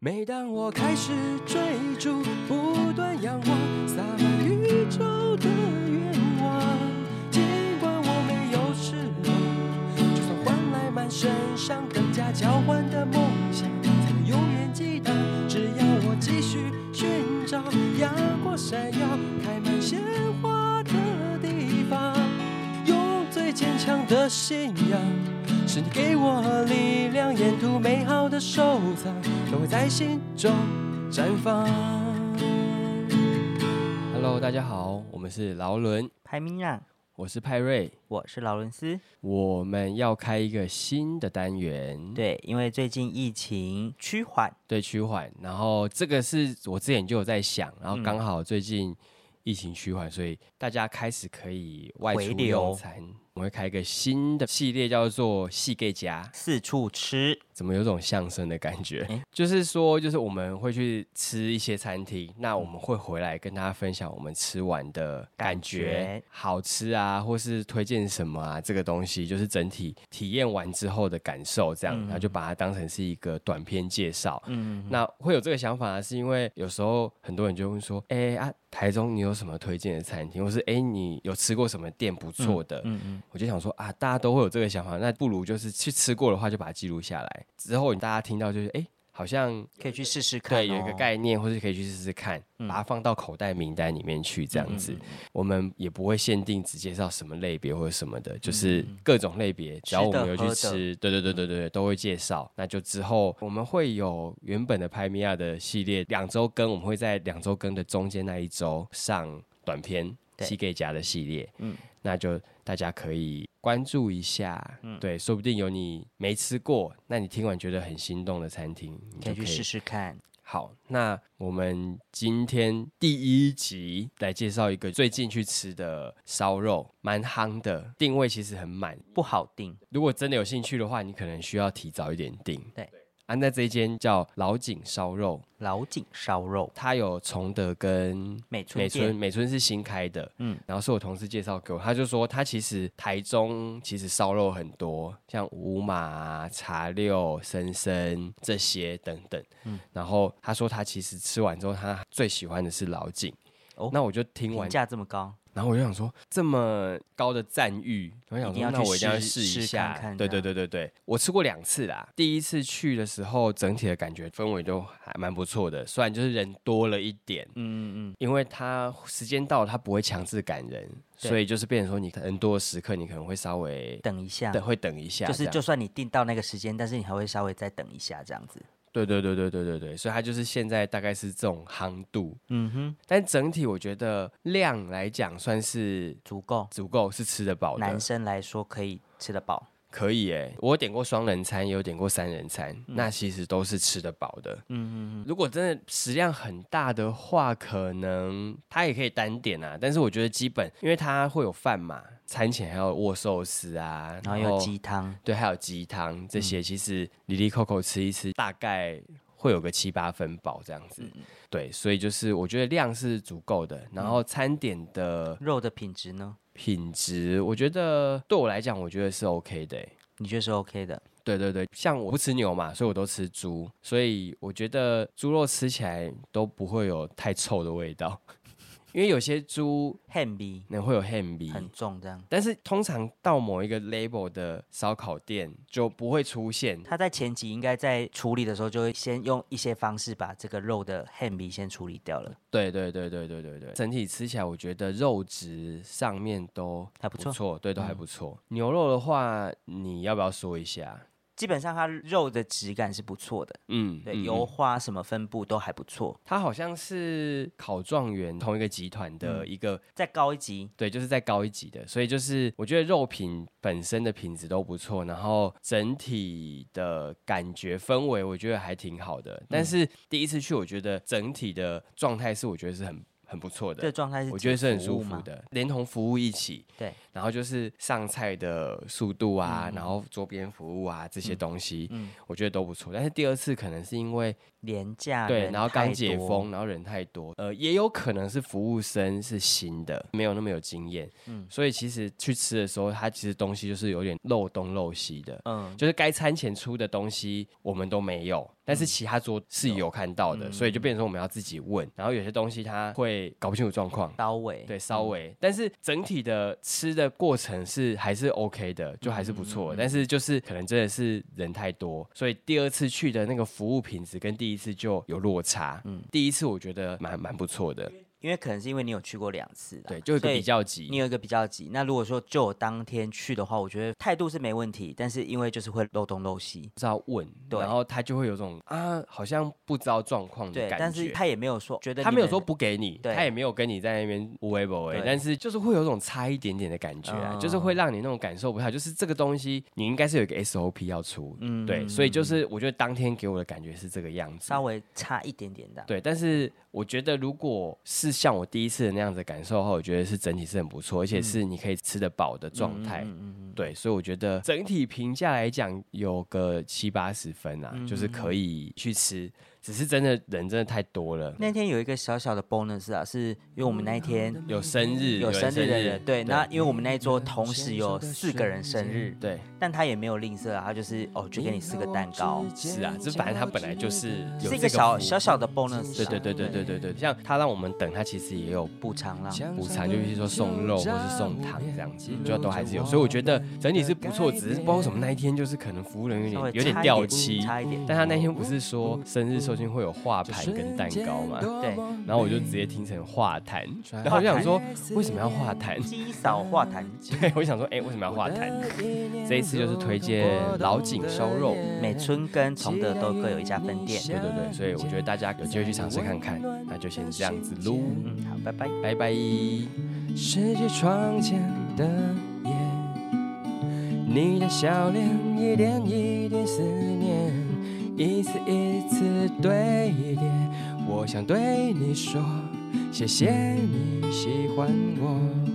每当我开始追逐，不断仰望，洒满宇宙的愿望。尽管我没有翅膀，就算换来满身伤，更加交换的梦想，才能永远激荡。只要我继续寻找，阳光闪耀，开满鲜花的地方，用最坚强的信仰。是你给我力量，沿途美好的收藏都会在心中绽放。Hello，大家好，我们是劳伦，排名啊，我是派瑞，我是劳伦斯。我们要开一个新的单元，对，因为最近疫情趋缓，对趋缓，然后这个是我之前就有在想，然嗯后刚好最近疫情趋缓，所以大家开始可以外回出流用餐。我们会开一个新的系列，叫做“戏给家”。四处吃，怎么有种相声的感觉？诶就是说，就是我们会去吃一些餐厅，那我们会回来跟大家分享我们吃完的感觉，感觉好吃啊，或是推荐什么啊，这个东西就是整体体验完之后的感受，这样，然后就把它当成是一个短片介绍。嗯，那会有这个想法呢，是因为有时候很多人就会说，哎、啊，台中你有什么推荐的餐厅，或是哎、你有吃过什么店不错的？嗯嗯，我就想说啊，大家都会有这个想法，那不如就是去吃过的话，就把它记录下来。之后大家听到就是，哎、好像可以去试试看、哦。对有一个概念，或是可以去试试看，嗯把它放到口袋名单里面去，这样子。我们也不会限定只介绍什么类别或者什么嗯的，就是各种类别，只要我们有去喝吃，对对对对对，都会介绍。那就之后我们会有原本的拍米亚的系列，两周更，我们会在两周更的中间那一周上短片对西给夹的系列，嗯嗯，那就大家可以关注一下，嗯对，说不定有你没吃过，那你听完觉得很心动的餐厅，你可就以去试试看。好，那我们今天第一集来介绍一个最近去吃的烧肉，蛮夯的，定位其实很满。不好定，如果真的有兴趣的话，你可能需要提早一点订。对，啊，那这一间叫老井烧肉，老井烧肉，它有崇德跟美村美村，店，美村是新开的，嗯嗯，然后是我同事介绍给我，他就说他其实台中其实烧肉很多，像五马啊、茶六、深深这些等等，嗯，然后他说他其实吃完之后，他最喜欢的是老井，哦哦，那我就听评完，价这么高，然后我就想说这么高的赞誉，我想一说定要那去我一定要试试一试下，看看对对这样对对对，我吃过两次啦，第一次去的时候整体的感觉氛围都还蛮不错的，虽然就是人多了一点。嗯嗯因为他时间到了，他不会强制赶人，对所以就是变成说你人多的时刻，你可能会稍微嗯，等一下，等，会等一下就这是样，就算你定到那个时间，但是你还会稍微再等一下这样子。对对对对对对对，所以他就是现在大概是这种夯度，嗯哼，但整体我觉得量来讲算是足够。足够，是吃得饱的男，生来说可以吃得饱，可以诶、我有点过双人餐，也有点过三人餐，那其实都是吃得饱的。嗯嗯嗯嗯，如果真的食量很大的话，可能它也可以单点啊。但是我觉得基本，因为它会有饭嘛，餐前还有握寿司啊，然后又有鸡嗯汤，对，还有鸡汤这些，其实里里扣扣吃一吃，大概会有个七八分饱这样子。嗯对，所以就是我觉得量是足够的，然后餐点的肉的品质呢，品质，我觉得对我来讲，我觉得是 OK 的欸、你觉得是 OK 的？对对对，像我不吃牛嘛，所以我都吃猪，所以我觉得猪肉吃起来都不会有太臭的味道， 因为有些猪汉逼可能会有 ham 味，很重，这样。但是通常到某一个 label 的烧烤店就不会出现。他在前期应该在处理的时候，就会先用一些方式把这个肉的 ham 皮先处理掉了，对对对对对对对，整体吃起来我觉得肉质上面都还不不错。嗯错，对，都还不错。牛肉的话，你要不要说一下？基本上它肉的质感是不错的，嗯，对，嗯油嗯花什么分布都还不错。它好像是烤状元同一个集团嗯的一个再高一级，对，就是再高一级的，所以就是我觉得肉品本身的品质都不错，然后整体的感觉氛围我觉得还挺好的。嗯但是第一次去，我觉得整体的状态是我觉得是很很不错这的，状态是我觉得是很指服舒务服嘛。的，连同服务一起。对，然后就是上菜的速度啊，然后桌边服务啊这些东西，嗯，我觉得都不错。但是第二次可能是因为廉价对，人然后太刚解多封，然后人太多，呃，也有可能是服务生是新的，没有那么有经验，嗯，所以其实去吃的时候，它其实东西就是有点漏东漏西的，嗯，就是该餐前出的东西我们都没有，但是其他桌是有看到的，嗯所以就变成说我们要自己问，然后有些东西他会搞不清楚状况。刀尾，对，嗯稍微，但是整体的吃的过程是还是 OK 的，就还是不错。但是就是可能真的是人太多，所以第二次去的那个服务品质跟第一次就有落差。嗯，第一次我觉得蛮蛮不错的，因为可能是因为你有去过两次啦，对，就有一个所以比较你级。有一个比较急。那如果说就我当天去的话，我觉得态度是没问题，但是因为就是会漏东漏西，不知道问，对然后他就会有种啊，好像不知道状况的对，感觉。但是他也没有说觉得他你没有们说不给你，对他也没有跟你在那边无微不微，对但是就是会有种差一点点的感觉、啊，嗯就是会让你那种感受不太好，就是这个东西你应该是有一个 SOP 要出，嗯对，所以就是我觉得当天给我的感觉是这个样子稍，微差一点点的，对，但是我觉得如果是像我第一次的那样子的感受的话，我觉得是整体是很不错，而且是你可以吃得饱的状态。对，所以我觉得整体评价来讲有个七八十分啊，就是可以去吃，只是真的人真的太多了，那天有一个小小的 bonus 啊，是因为我们那一天有嗯生日，有生日的人，对，那那因为我们那一桌同时有四个人生日，对但他也没有吝啬啊，他就是哦，就给你四个蛋糕，是啊，这反正他本来就是有是一这个小小服小的 bonus，务啊对对对对对对对，像他让我们等，他其实也有补偿啦。啊补偿，就比如说送肉或是送糖这样子，就都还是有，所以我觉得整体是不错，只是不知道为什么那一天就是可能服务人员稍有微点有点差一掉漆，差一点。嗯但他那天不是说生日寿星会有画盘跟蛋糕嘛，对，然后我就直接听成画坛，然后我就想说为什么要画坛？积少化痰， 对，我想说哎、为什么要画坛？这一次就是推荐老井烧肉。美村跟崇德都各有一家分店。对对对，所以我觉得大家有机会去尝试看看，那就先这样子喽，嗯，好，拜拜。拜拜。世界窗前的夜，你的笑脸一点一点思念，一次一次堆叠。我想对你说，谢谢你喜欢我。